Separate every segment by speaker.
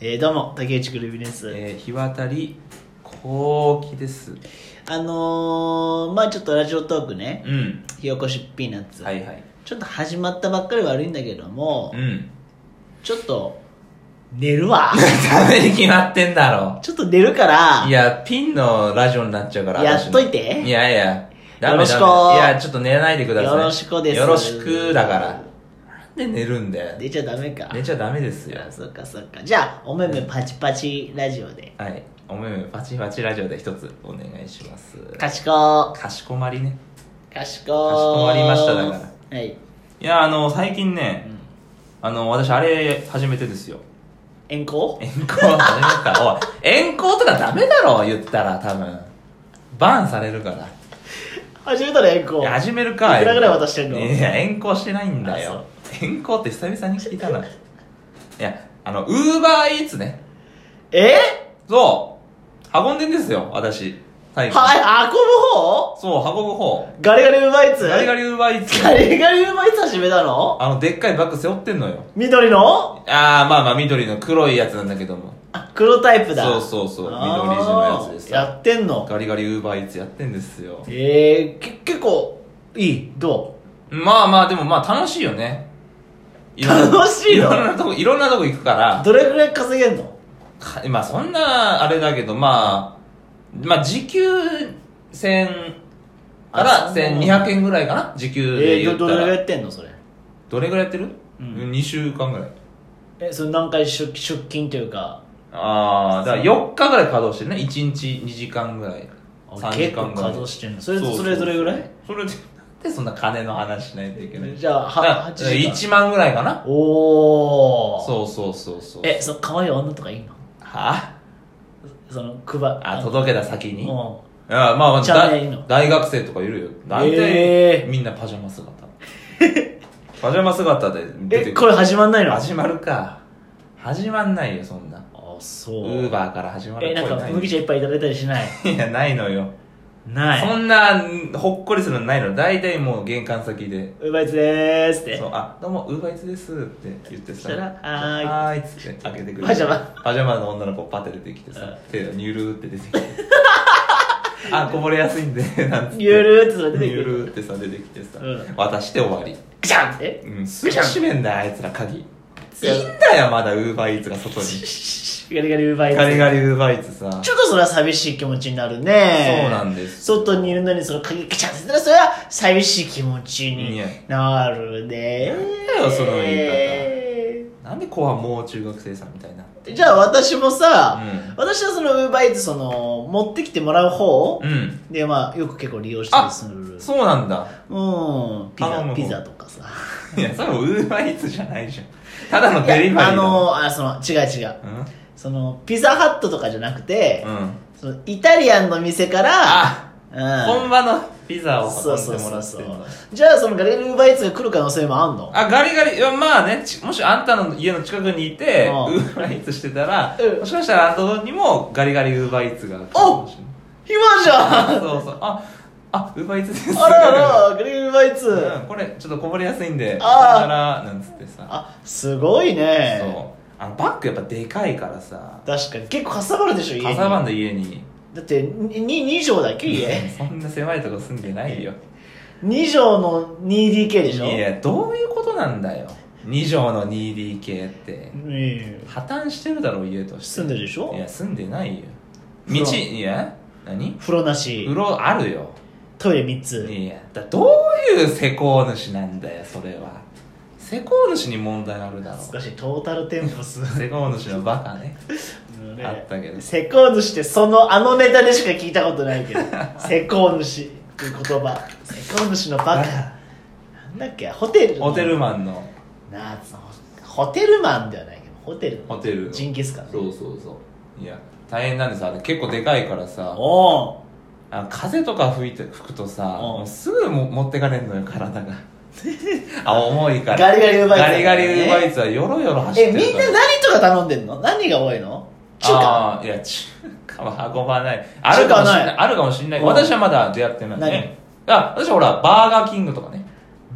Speaker 1: えーどうも竹内くるみです、
Speaker 2: えー、日渡り後期です
Speaker 1: あのー、まあちょっとラジオトークね
Speaker 2: うん
Speaker 1: 「ひよこしピーナッツ、
Speaker 2: はいはい
Speaker 1: ちょっと始まったばっかり悪いんだけども、
Speaker 2: うん
Speaker 1: ちょっと寝るわ
Speaker 2: ダメに決まってんだろ
Speaker 1: ちょっと寝るから
Speaker 2: いやピンのラジオになっちゃうから
Speaker 1: やっといて
Speaker 2: 私のいやいやダメ
Speaker 1: よろしく
Speaker 2: ダメいやちょっと寝ないでください
Speaker 1: よろしくです
Speaker 2: よろしくだからなんで寝るんだよ
Speaker 1: 寝ちゃダメか
Speaker 2: 寝ちゃダメですよ
Speaker 1: あそっかそっかじゃあおめめパチパチラジオで
Speaker 2: はいおめめパチパチラジオで一つお願いします
Speaker 1: かしこ
Speaker 2: かしこまりね
Speaker 1: かしこ
Speaker 2: かしこまりましただか
Speaker 1: はい、
Speaker 2: いやあの最近
Speaker 1: う
Speaker 2: ね
Speaker 1: ん、
Speaker 2: あの私あれ始めてですよ
Speaker 1: 遠 行
Speaker 2: 遠行始めた。おい、遠行とかダメだろ、言ったら、多分。バンされるから。
Speaker 1: 始めたら遠行
Speaker 2: いや始めるか。
Speaker 1: いくらぐらい渡してんの
Speaker 2: いや、遠行してないんだよ
Speaker 1: あ。
Speaker 2: 遠行って久々に聞いたな。いや、あの、ウーバーイーツね。
Speaker 1: え
Speaker 2: そう。運んでんですよ、私。最近。
Speaker 1: はい、運ぶ方
Speaker 2: そう、運ぶ方。
Speaker 1: ガリガリウーバーイーツ
Speaker 2: ガリガリウーバーイーツ。
Speaker 1: ガリガリウーバーイーツ始めたの
Speaker 2: あの、でっかいバッグ背負ってんのよ。
Speaker 1: 緑の
Speaker 2: あー、まあまあ、緑の黒いやつなんだけども。
Speaker 1: あ黒タイプだ
Speaker 2: そうそうそう
Speaker 1: あー
Speaker 2: 緑地のやつです
Speaker 1: やってんの
Speaker 2: ガリガリウーバーイーツやってんですよ。
Speaker 1: えー、け結構いいど
Speaker 2: まあまあでもまあ楽しいよね
Speaker 1: 楽しい
Speaker 2: い
Speaker 1: の
Speaker 2: ろんなとこいろんなとこ行くか
Speaker 1: う
Speaker 2: ら
Speaker 1: どれぐらい稼げんの
Speaker 2: かまあそんなあれだけどまあまあ時給1000か
Speaker 1: あ
Speaker 2: ら
Speaker 1: そんな
Speaker 2: 1200円ぐらいかな時給
Speaker 1: え
Speaker 2: で
Speaker 1: ー、
Speaker 2: 言
Speaker 1: ど
Speaker 2: っ
Speaker 1: ど
Speaker 2: た
Speaker 1: れぐらい
Speaker 2: ら
Speaker 1: やってんのそれ
Speaker 2: どれぐらいやってる、
Speaker 1: う
Speaker 2: うんん、?2 週間ぐらい
Speaker 1: えその何回出出勤というか
Speaker 2: ああだから4日ぐらい稼働してるね1日2時間ぐらい
Speaker 1: あ
Speaker 2: 3時
Speaker 1: 結構
Speaker 2: 間ぐらい
Speaker 1: 稼働してんのそれ
Speaker 2: うう
Speaker 1: それどれぐらい
Speaker 2: それでなんでそんな金の話しないといけない
Speaker 1: じゃあ
Speaker 2: だから
Speaker 1: は8時間
Speaker 2: 1万ぐらいかな
Speaker 1: おおう
Speaker 2: そうそうそうそう
Speaker 1: えその可愛い女とかいいの
Speaker 2: はあ
Speaker 1: その配あ
Speaker 2: あ、届けた先に。あ
Speaker 1: うん
Speaker 2: まあまあ、
Speaker 1: じゃあ
Speaker 2: だ
Speaker 1: いいの
Speaker 2: 大学生とかいるよ。大
Speaker 1: え
Speaker 2: 体、
Speaker 1: ー
Speaker 2: みんなパジャ マ姿。パジャマ姿で出て
Speaker 1: え
Speaker 2: く
Speaker 1: こ
Speaker 2: る。
Speaker 1: れ始まんないのあ
Speaker 2: 始まるか。始まんないよ、そんな。
Speaker 1: そう
Speaker 2: ウーバーから始まる
Speaker 1: えなんか
Speaker 2: 声い
Speaker 1: 麦茶いっぱいいただいたりしない
Speaker 2: いや、ないのよ。
Speaker 1: な
Speaker 2: そ
Speaker 1: い
Speaker 2: んな、ほっこりするのないの。大体もう玄関先で。
Speaker 1: ウーバーイーツでーすって
Speaker 2: そう、あ、どうも、ウーバーイーツですって言って
Speaker 1: そ
Speaker 2: さ。
Speaker 1: したらはーい
Speaker 2: ーいっつって開けてくる。
Speaker 1: パジャマ。
Speaker 2: パジャマの女の子パッて出てきて
Speaker 1: うん
Speaker 2: さ、手がニュルーって出てき て。あ、こぼれやすいんで、なんつって。
Speaker 1: ゆるーってそれ出て
Speaker 2: ニ
Speaker 1: く
Speaker 2: ュ
Speaker 1: る
Speaker 2: ルーってさ、出てきてさ
Speaker 1: うん、
Speaker 2: 渡して終わり。
Speaker 1: グシャンって
Speaker 2: うん、すぐ閉めんだよ、あいつら鍵。いいんだよ、まだウーバーイーツが外に。
Speaker 1: ガリガリウーバーイーツ
Speaker 2: ガリガリウーバーイーツさ。
Speaker 1: ちょっとそれは寂しい気持ちになるね
Speaker 2: そうなんです
Speaker 1: 外にいるのにその鍵ガチャンってしたらそれは寂しい気持ちになるね
Speaker 2: いやその言い方
Speaker 1: え
Speaker 2: なんで子はもう中学生さんみたいになって。
Speaker 1: ーじゃあ私もさ、
Speaker 2: うん
Speaker 1: 私はそのウーバーイーツその持ってきてもらう方、
Speaker 2: うん。
Speaker 1: でまあよく結構利用したりする
Speaker 2: そうなんだ。
Speaker 1: うんピ
Speaker 2: 頼
Speaker 1: ザ
Speaker 2: む
Speaker 1: ピザとかさ
Speaker 2: いや、それもウーバーイーツじゃないじゃん。ただの
Speaker 1: いや
Speaker 2: デリバリーだ
Speaker 1: あのあその違う違うそのピザハットとかじゃなくて、
Speaker 2: うん。うん。
Speaker 1: そのイタリアンの店から
Speaker 2: あ、
Speaker 1: うん
Speaker 2: 本場のピザを
Speaker 1: そう
Speaker 2: 運ん
Speaker 1: そう
Speaker 2: で
Speaker 1: そ
Speaker 2: もら
Speaker 1: う
Speaker 2: って
Speaker 1: そ
Speaker 2: るんだ
Speaker 1: うじゃあそのガリガリウーバーイーツが来る可能性もあんの
Speaker 2: あ、ガリガリ、いやまあね、ちもしあんたの家の近くにいて、ウ
Speaker 1: うん
Speaker 2: ーバーイーツしてたら、
Speaker 1: うん
Speaker 2: もしかしたらあんたにもガリガリウーバーイーツが来るかもしれない。
Speaker 1: 暇じゃん
Speaker 2: そうそう。あ、あ、ウーバーイーツです。
Speaker 1: あらあらガリガリウーバーイーツ、
Speaker 2: うん、これ、ちょっとこぼれやすいんで、
Speaker 1: あー
Speaker 2: さよなら、なんつってさ。
Speaker 1: あすごいね
Speaker 2: そう。あの、バッグやっぱでかいからさ、
Speaker 1: 確かに結構かさばるでしょ家に
Speaker 2: かさばんの家に。
Speaker 1: だってに 2, 畳だっけ家
Speaker 2: そんな狭いとこ住んでないよ。
Speaker 1: 2畳の 2DK でしょ
Speaker 2: いやどういうことなんだよ2畳の 2DK って
Speaker 1: ねえ
Speaker 2: 破綻してるだろ家として
Speaker 1: 住んでるでしょ
Speaker 2: いや住んでないよ道
Speaker 1: 風呂
Speaker 2: いや何
Speaker 1: 風呂なし
Speaker 2: 風呂あるよ
Speaker 1: トイレ3つ
Speaker 2: いやだどういう施工主なんだよそれは施工主に問題あるだろ
Speaker 1: 少しトータルテンポス
Speaker 2: 施工主のバカね
Speaker 1: ね
Speaker 2: あったけど
Speaker 1: 施工主ってそのあのネタでしか聞いたことないけ ど施工主っていう言葉施工主のバカなんだっけホテルの
Speaker 2: ホテルマンの
Speaker 1: なあそのホテルマンではないけどホテル
Speaker 2: ホテルの
Speaker 1: ジンギスカンね
Speaker 2: そうそうそういや大変なんですあれ結構でかいからさ
Speaker 1: おお
Speaker 2: あの風とか吹いて吹くとさ
Speaker 1: ん
Speaker 2: もうすぐも持ってかれんのよ体が あ重いから
Speaker 1: ガリガリウーバーイーツ
Speaker 2: ガリガリウーバーイーツはよろよろ走っ
Speaker 1: え
Speaker 2: てる
Speaker 1: みんな何とか頼んでんの何が多いの中華
Speaker 2: ああーいや中華は運ばないあるかもしんない
Speaker 1: 中華は
Speaker 2: あるかもしんない
Speaker 1: うん
Speaker 2: 私はまだ出会ってないねあ私はほらバーガーキングとかね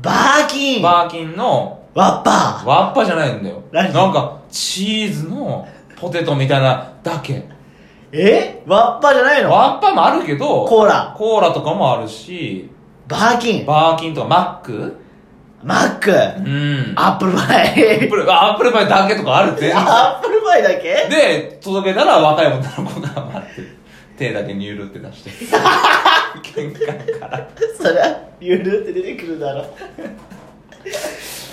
Speaker 1: バーキンワ
Speaker 2: バーキンの
Speaker 1: ッパー
Speaker 2: ワッパじゃないんだよ
Speaker 1: 何
Speaker 2: なんかチーズのポテトみたいなだけ
Speaker 1: えわっぱじゃないの
Speaker 2: ワンパンもあるけど
Speaker 1: コーラ
Speaker 2: コーラとかもあるし
Speaker 1: バーキン
Speaker 2: バーキンとかマック
Speaker 1: マック
Speaker 2: うん
Speaker 1: アップルパ
Speaker 2: ア ッ
Speaker 1: イ
Speaker 2: プルアップルパイだけとかある全然
Speaker 1: アップルパイだけ
Speaker 2: で、届けたら若い女の子が待ってる。手だけニュールって出 して。玄関から。
Speaker 1: そりゃゆるって出てくるだろ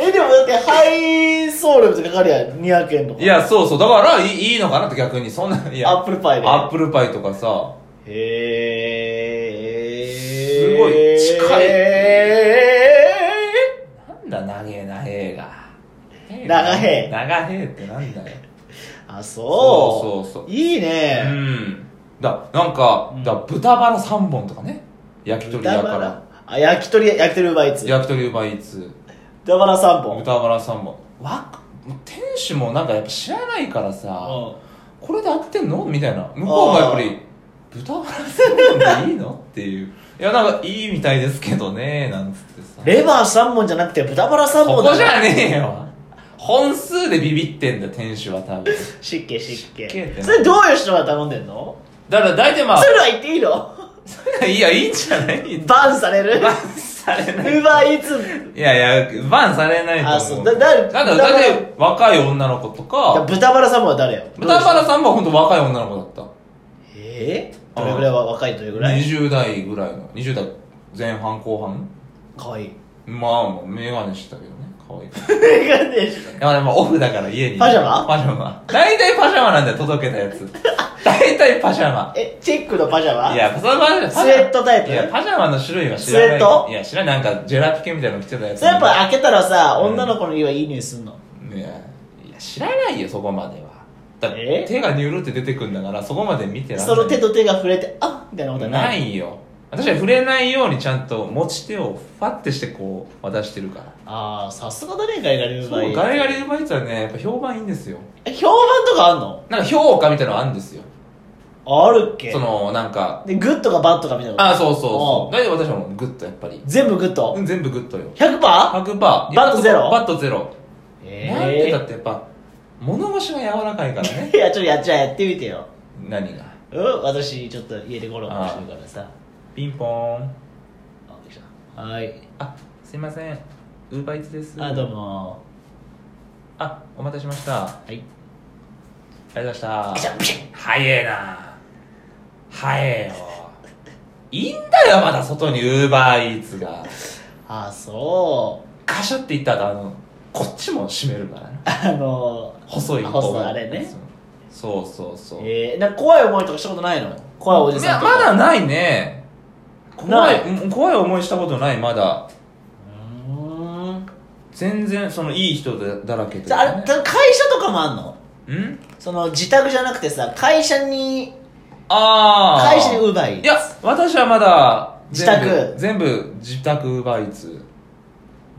Speaker 1: えでもだってハイソールってかかるやん200円とか
Speaker 2: いや、そうそう。だからいい、いいのかなって逆に。そんな、いや。
Speaker 1: アップルパイで
Speaker 2: アップルパイとかさ。
Speaker 1: へー
Speaker 2: すごい近い
Speaker 1: へ
Speaker 2: なんだ、長えな、へが。
Speaker 1: 長え
Speaker 2: 長えってなんだよ。
Speaker 1: ーあそう
Speaker 2: そうそうそう
Speaker 1: いいうね、
Speaker 2: ん。だ、なんか、だ豚バラ3本とかね。焼き鳥
Speaker 1: 豚
Speaker 2: だ
Speaker 1: バ
Speaker 2: から
Speaker 1: ラ。あ焼き鳥焼き鳥うまいやつ
Speaker 2: 焼き鳥うまいっつ。
Speaker 1: 豚バラ3本
Speaker 2: 豚バラ3本。わ店主もなんかやっぱ知らないからさ。これで合ってんのみたいな向こうがやっぱり豚バラスープでいいのっていういやなんかいいみたいですけどねなんつってさ
Speaker 1: レバー3本じゃなくて豚バラ3
Speaker 2: そ
Speaker 1: 本
Speaker 2: こじ
Speaker 1: だ
Speaker 2: ゃねえよ本数でビビってんだよ店主は多分
Speaker 1: 湿気湿気
Speaker 2: 湿気ってな
Speaker 1: それどういう人が頼んでんの
Speaker 2: だから大体ま
Speaker 1: それは言っていいの
Speaker 2: あいやいいんじゃない
Speaker 1: バンされる
Speaker 2: バンされない
Speaker 1: ウーバーイーツ
Speaker 2: いやいやバンされないと思う
Speaker 1: あそうだだ
Speaker 2: なんだ大体若い女の子とか
Speaker 1: 豚バラ3本は誰よ
Speaker 2: 豚
Speaker 1: どう
Speaker 2: バ
Speaker 1: いう
Speaker 2: ラさんも本当若い女の子だっ
Speaker 1: 人えー、どれぐらいは若いどれぐ
Speaker 2: た
Speaker 1: らい
Speaker 2: 20代ぐらいの20代前半後半
Speaker 1: かわいい
Speaker 2: まあもう眼鏡してたけどね可愛い
Speaker 1: 眼鏡でしょ
Speaker 2: いや、でもオフだから家に。
Speaker 1: パジャマ
Speaker 2: パジャマ。大体パジャマなんだよ、届けたやつ。大体パジャマ。
Speaker 1: えチェックのパジャマ
Speaker 2: いや、パジャマ、
Speaker 1: スウェットタイプ
Speaker 2: いや、パジャマの種類は知らない。
Speaker 1: スウェット
Speaker 2: いや、知らない。なんか、ジェラピケみたいなの着てたやつ。
Speaker 1: それやっぱ開けたらさ、
Speaker 2: うん
Speaker 1: 女の子の家はいい匂いすんの
Speaker 2: いや、いや知らないよ、そこまでは。だって
Speaker 1: え
Speaker 2: 手がニュールって出てくんだから、そこまで見てらんな
Speaker 1: そ
Speaker 2: い。
Speaker 1: の手と手が触れてあっみたいなことは
Speaker 2: な
Speaker 1: ない
Speaker 2: いよ。私は触れないようにちゃんと持ち手をファってしてこう渡してるから。
Speaker 1: ああさすがだねガリガリうま
Speaker 2: そう、
Speaker 1: い
Speaker 2: ガリガリうまいやつはね、やっぱ評判いいんですよ。
Speaker 1: え評判とかあんの
Speaker 2: なんか評価みたいなのあるんですよ。
Speaker 1: あるっけ
Speaker 2: その、なんか、
Speaker 1: でグッドかバッドかみたいなこと
Speaker 2: あそうそうそ
Speaker 1: お
Speaker 2: う大体私はもうグッとやっぱり
Speaker 1: 全部グッド
Speaker 2: うん全部グッとよ
Speaker 1: 100%? バ
Speaker 2: 100%バ
Speaker 1: ットゼロ
Speaker 2: バットゼロなん
Speaker 1: え
Speaker 2: で
Speaker 1: え
Speaker 2: だってやっぱ物腰が柔らかいからね
Speaker 1: ー、 いやちょっとやっちゃえやってみてよ
Speaker 2: 何が
Speaker 1: うん私ちょっと家でゴロゴロしてるからさ
Speaker 2: ピンポー
Speaker 1: あ
Speaker 2: ン
Speaker 1: 来たはーい
Speaker 2: あすいませんウーバーイーツです
Speaker 1: あどうも
Speaker 2: あお待たせしましたあ
Speaker 1: はい
Speaker 2: りがとうございま
Speaker 1: ピ
Speaker 2: し
Speaker 1: シ
Speaker 2: た
Speaker 1: ャピシャ
Speaker 2: 早えな早えよいいんだよまだ外にウーバーイーツが
Speaker 1: あそう
Speaker 2: カシャって言ったらあのこっちも閉めるからね
Speaker 1: あの
Speaker 2: 細い棒
Speaker 1: 細いあれね
Speaker 2: そうそうそう
Speaker 1: えー、なんか怖い思いとかしたことないの怖いおじさん
Speaker 2: い
Speaker 1: とか
Speaker 2: やまだないね怖
Speaker 1: ない
Speaker 2: いうん怖い思いしたことないまだ
Speaker 1: うーん
Speaker 2: 全然そのいい人だらけで、
Speaker 1: じゃああれ、
Speaker 2: ね、
Speaker 1: た会社とかもあんの
Speaker 2: うん
Speaker 1: その自宅じゃなくてさ会社に
Speaker 2: ああ
Speaker 1: 会社に奪い
Speaker 2: いや私はまだ
Speaker 1: 自宅
Speaker 2: 全部全部自宅ウーバーイー ツ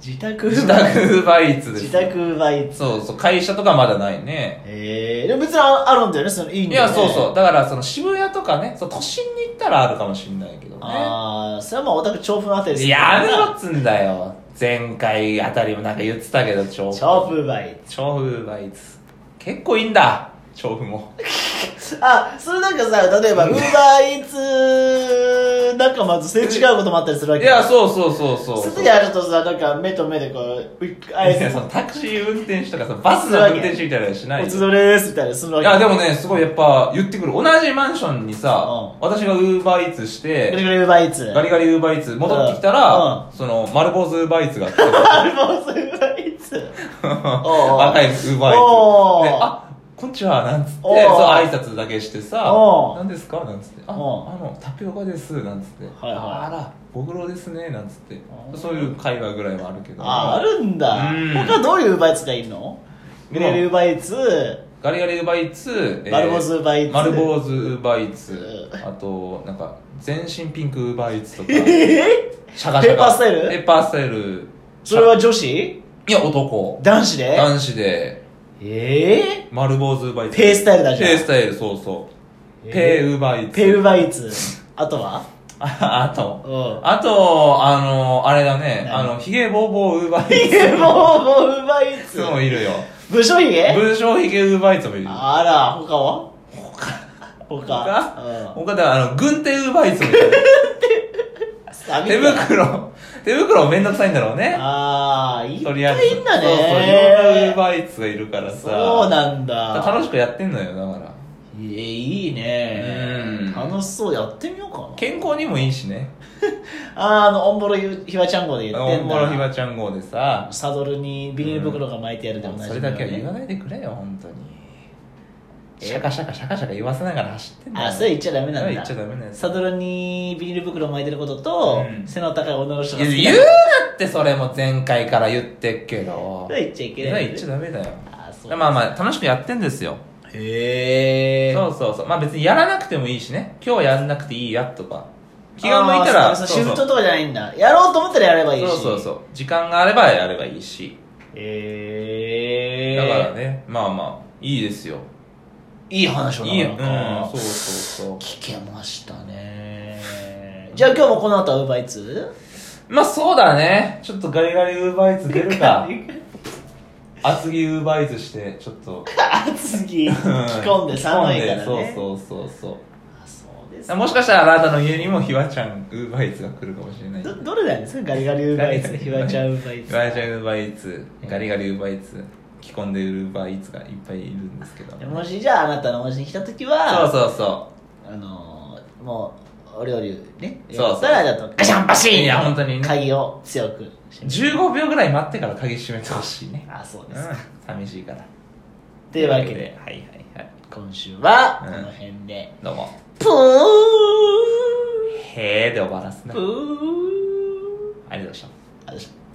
Speaker 1: 自宅
Speaker 2: 自
Speaker 1: 奪い
Speaker 2: 宅ウーバーイーツです
Speaker 1: 自宅奪い
Speaker 2: そうそう会社とかまだないね
Speaker 1: えー、でも別にああるんだよねそのいいん
Speaker 2: い
Speaker 1: だよ
Speaker 2: や
Speaker 1: ね
Speaker 2: そうそうだからその渋谷とかねそう都心に行ったらあるかもしんないけどね
Speaker 1: ああそれはまあお宅調布のあたりです
Speaker 2: やめろっつんだよ前回あたりもなんか言ってたけど調布
Speaker 1: 調布奪い
Speaker 2: 調布バイツ結構いいんだ調布も
Speaker 1: あそれなんかさ例えばウーバーイーツ仲間とすれ違うこともあったりするわ
Speaker 2: い
Speaker 1: け
Speaker 2: やそうそうそうそう
Speaker 1: すぐやるとさなんか目と目でこうういあい
Speaker 2: いやそのタクシー運転手とかさバスの運転手みたいなのしない
Speaker 1: おつ
Speaker 2: よ
Speaker 1: どれですみたいなするわ
Speaker 2: い
Speaker 1: け
Speaker 2: やでもねすごいやっぱ言ってくる同じマンションにさ、
Speaker 1: う
Speaker 2: 私がウーバーイーツし
Speaker 1: ガリ
Speaker 2: て
Speaker 1: ガリウーバーイーツ
Speaker 2: ガリガリウーバーイーツ戻ってきたら、
Speaker 1: うん
Speaker 2: その丸坊主ウーバーイーツが
Speaker 1: あれもウーバーイーツお
Speaker 2: 若いウーバーイ
Speaker 1: おう
Speaker 2: ーツで「あこんにちは」なんつって
Speaker 1: お
Speaker 2: そう
Speaker 1: う
Speaker 2: 挨拶だけしてさ
Speaker 1: おう
Speaker 2: 何ですか?」なんつって「ああ
Speaker 1: おう
Speaker 2: のタピオカです」なんつって「
Speaker 1: はいはい
Speaker 2: あらご苦労ですね」なんつって
Speaker 1: おう
Speaker 2: そういう会話ぐらいはあるけど
Speaker 1: ああるんだ、
Speaker 2: うん
Speaker 1: 他どういうウーバーイーツがいるのグレールウーバーイーツ
Speaker 2: ガリガリウーバーイーツえー
Speaker 1: 丸坊主ウーバーイーツ
Speaker 2: 丸坊主ウーバーイーツ
Speaker 1: う
Speaker 2: あとなんか全身ピンクウーバーイー ツとか
Speaker 1: えー
Speaker 2: シャガシャ
Speaker 1: ペ
Speaker 2: ガ
Speaker 1: ッパースタイル
Speaker 2: ペッパースタイル
Speaker 1: それは女子
Speaker 2: いや男
Speaker 1: 男子で
Speaker 2: 男子で
Speaker 1: ええ
Speaker 2: 丸坊主ウーバーイーツ
Speaker 1: ペースタイルだじゃん
Speaker 2: ペースタイルそうそう
Speaker 1: えー
Speaker 2: ペーウーバーイーツ
Speaker 1: ペウーバーイーツあとは
Speaker 2: ああ
Speaker 1: う
Speaker 2: と、
Speaker 1: ん
Speaker 2: あと、あの、あれだね、
Speaker 1: 何
Speaker 2: あの、ヒゲボーボーウーバーイー
Speaker 1: いやもうもうウーバーイー
Speaker 2: ツ
Speaker 1: ツ
Speaker 2: もいるよ。
Speaker 1: 部署ひげ
Speaker 2: 文章ひげウーバーイーツもいる
Speaker 1: あら、他は
Speaker 2: 他
Speaker 1: 他
Speaker 2: 他
Speaker 1: うん
Speaker 2: 他ではあの軍手ウーバーイーツも いる
Speaker 1: サビ
Speaker 2: 手袋手袋もめんどくさいんだろうね
Speaker 1: ああ、いっ
Speaker 2: と
Speaker 1: ぱい
Speaker 2: りあえず
Speaker 1: いんだ
Speaker 2: そうそういろんなウ
Speaker 1: ね
Speaker 2: ーバーイーツがいるからさ
Speaker 1: そうなんだ
Speaker 2: 楽しくやってんのよだから
Speaker 1: えーいいね
Speaker 2: うん
Speaker 1: 楽しそうやってみようかな
Speaker 2: 健康にもいいしね
Speaker 1: あーあのオンボロひわちゃん号で言って
Speaker 2: お
Speaker 1: ん
Speaker 2: ん
Speaker 1: だ
Speaker 2: ぼろひばちゃん号でさ
Speaker 1: サドルにビニール袋が巻いてやるでもない
Speaker 2: それだけは言わないでくれよ本当にシャカシャカシャカシャカ言わせながら走ってんだよ
Speaker 1: あそれ言っちゃダメなんだ
Speaker 2: 言っちゃダメなんです
Speaker 1: サドルにビニール袋巻いてることと、
Speaker 2: うん
Speaker 1: 背の高い女の人が好き
Speaker 2: 言
Speaker 1: な
Speaker 2: うなってそれも前回から言ってっけど
Speaker 1: それは言っちゃい
Speaker 2: そ
Speaker 1: け
Speaker 2: れ
Speaker 1: な
Speaker 2: はい言っちゃダメだよ
Speaker 1: あそう
Speaker 2: まあまあ楽しくやってんですよ
Speaker 1: へえ
Speaker 2: そうそうそうまあ別にやらなくてもいいしね今日やんなくていいやとか気が向いたら
Speaker 1: シ
Speaker 2: そう
Speaker 1: フ
Speaker 2: そう
Speaker 1: トとかじゃないんだやろうと思ったらやればいいし
Speaker 2: そうそうそう時間があればやればいいし
Speaker 1: へえ
Speaker 2: だからねまあまあいいですよ
Speaker 1: いい話を
Speaker 2: いいよ
Speaker 1: な
Speaker 2: うん
Speaker 1: んか
Speaker 2: そうそうそ
Speaker 1: 聞けましたねじゃあ今日もこの後はウーバーイーツ
Speaker 2: うまあそうだねちょっとガリガリウーバーイーツ出るか厚着ウーバーイーツしてちょっと
Speaker 1: 厚着着込んで寒いからね
Speaker 2: そうそうそうそう
Speaker 1: あそうです
Speaker 2: あもしかしたらあなたの家にもひわちゃんウーバーイーツが来るかもしれない
Speaker 1: どどれなんですかガリガリウーバーイーツひわちゃんウーバーイー
Speaker 2: ひわちゃ
Speaker 1: ツ
Speaker 2: んウーバーイーツガリガリウーバーイーツ着込んでるウーバーイーツがいっぱいいるんですけど
Speaker 1: もしじゃああなたのお家に来た時
Speaker 2: そう
Speaker 1: は
Speaker 2: そうそ
Speaker 1: あのーもうお料理ね
Speaker 2: そうそう
Speaker 1: やったらちょっとガシャンバシーン
Speaker 2: いや本当にね
Speaker 1: 鍵を強く
Speaker 2: う15秒ぐらい待ってから鍵閉めてほしいね
Speaker 1: あそう
Speaker 2: う
Speaker 1: で
Speaker 2: ん
Speaker 1: すか、
Speaker 2: 寂しいから
Speaker 1: というわけで
Speaker 2: はいはいはい
Speaker 1: 今週は
Speaker 2: うん
Speaker 1: この辺で、
Speaker 2: どうも
Speaker 1: プー
Speaker 2: へーで終わらすね
Speaker 1: プー
Speaker 2: ありがとうございました
Speaker 1: あどうした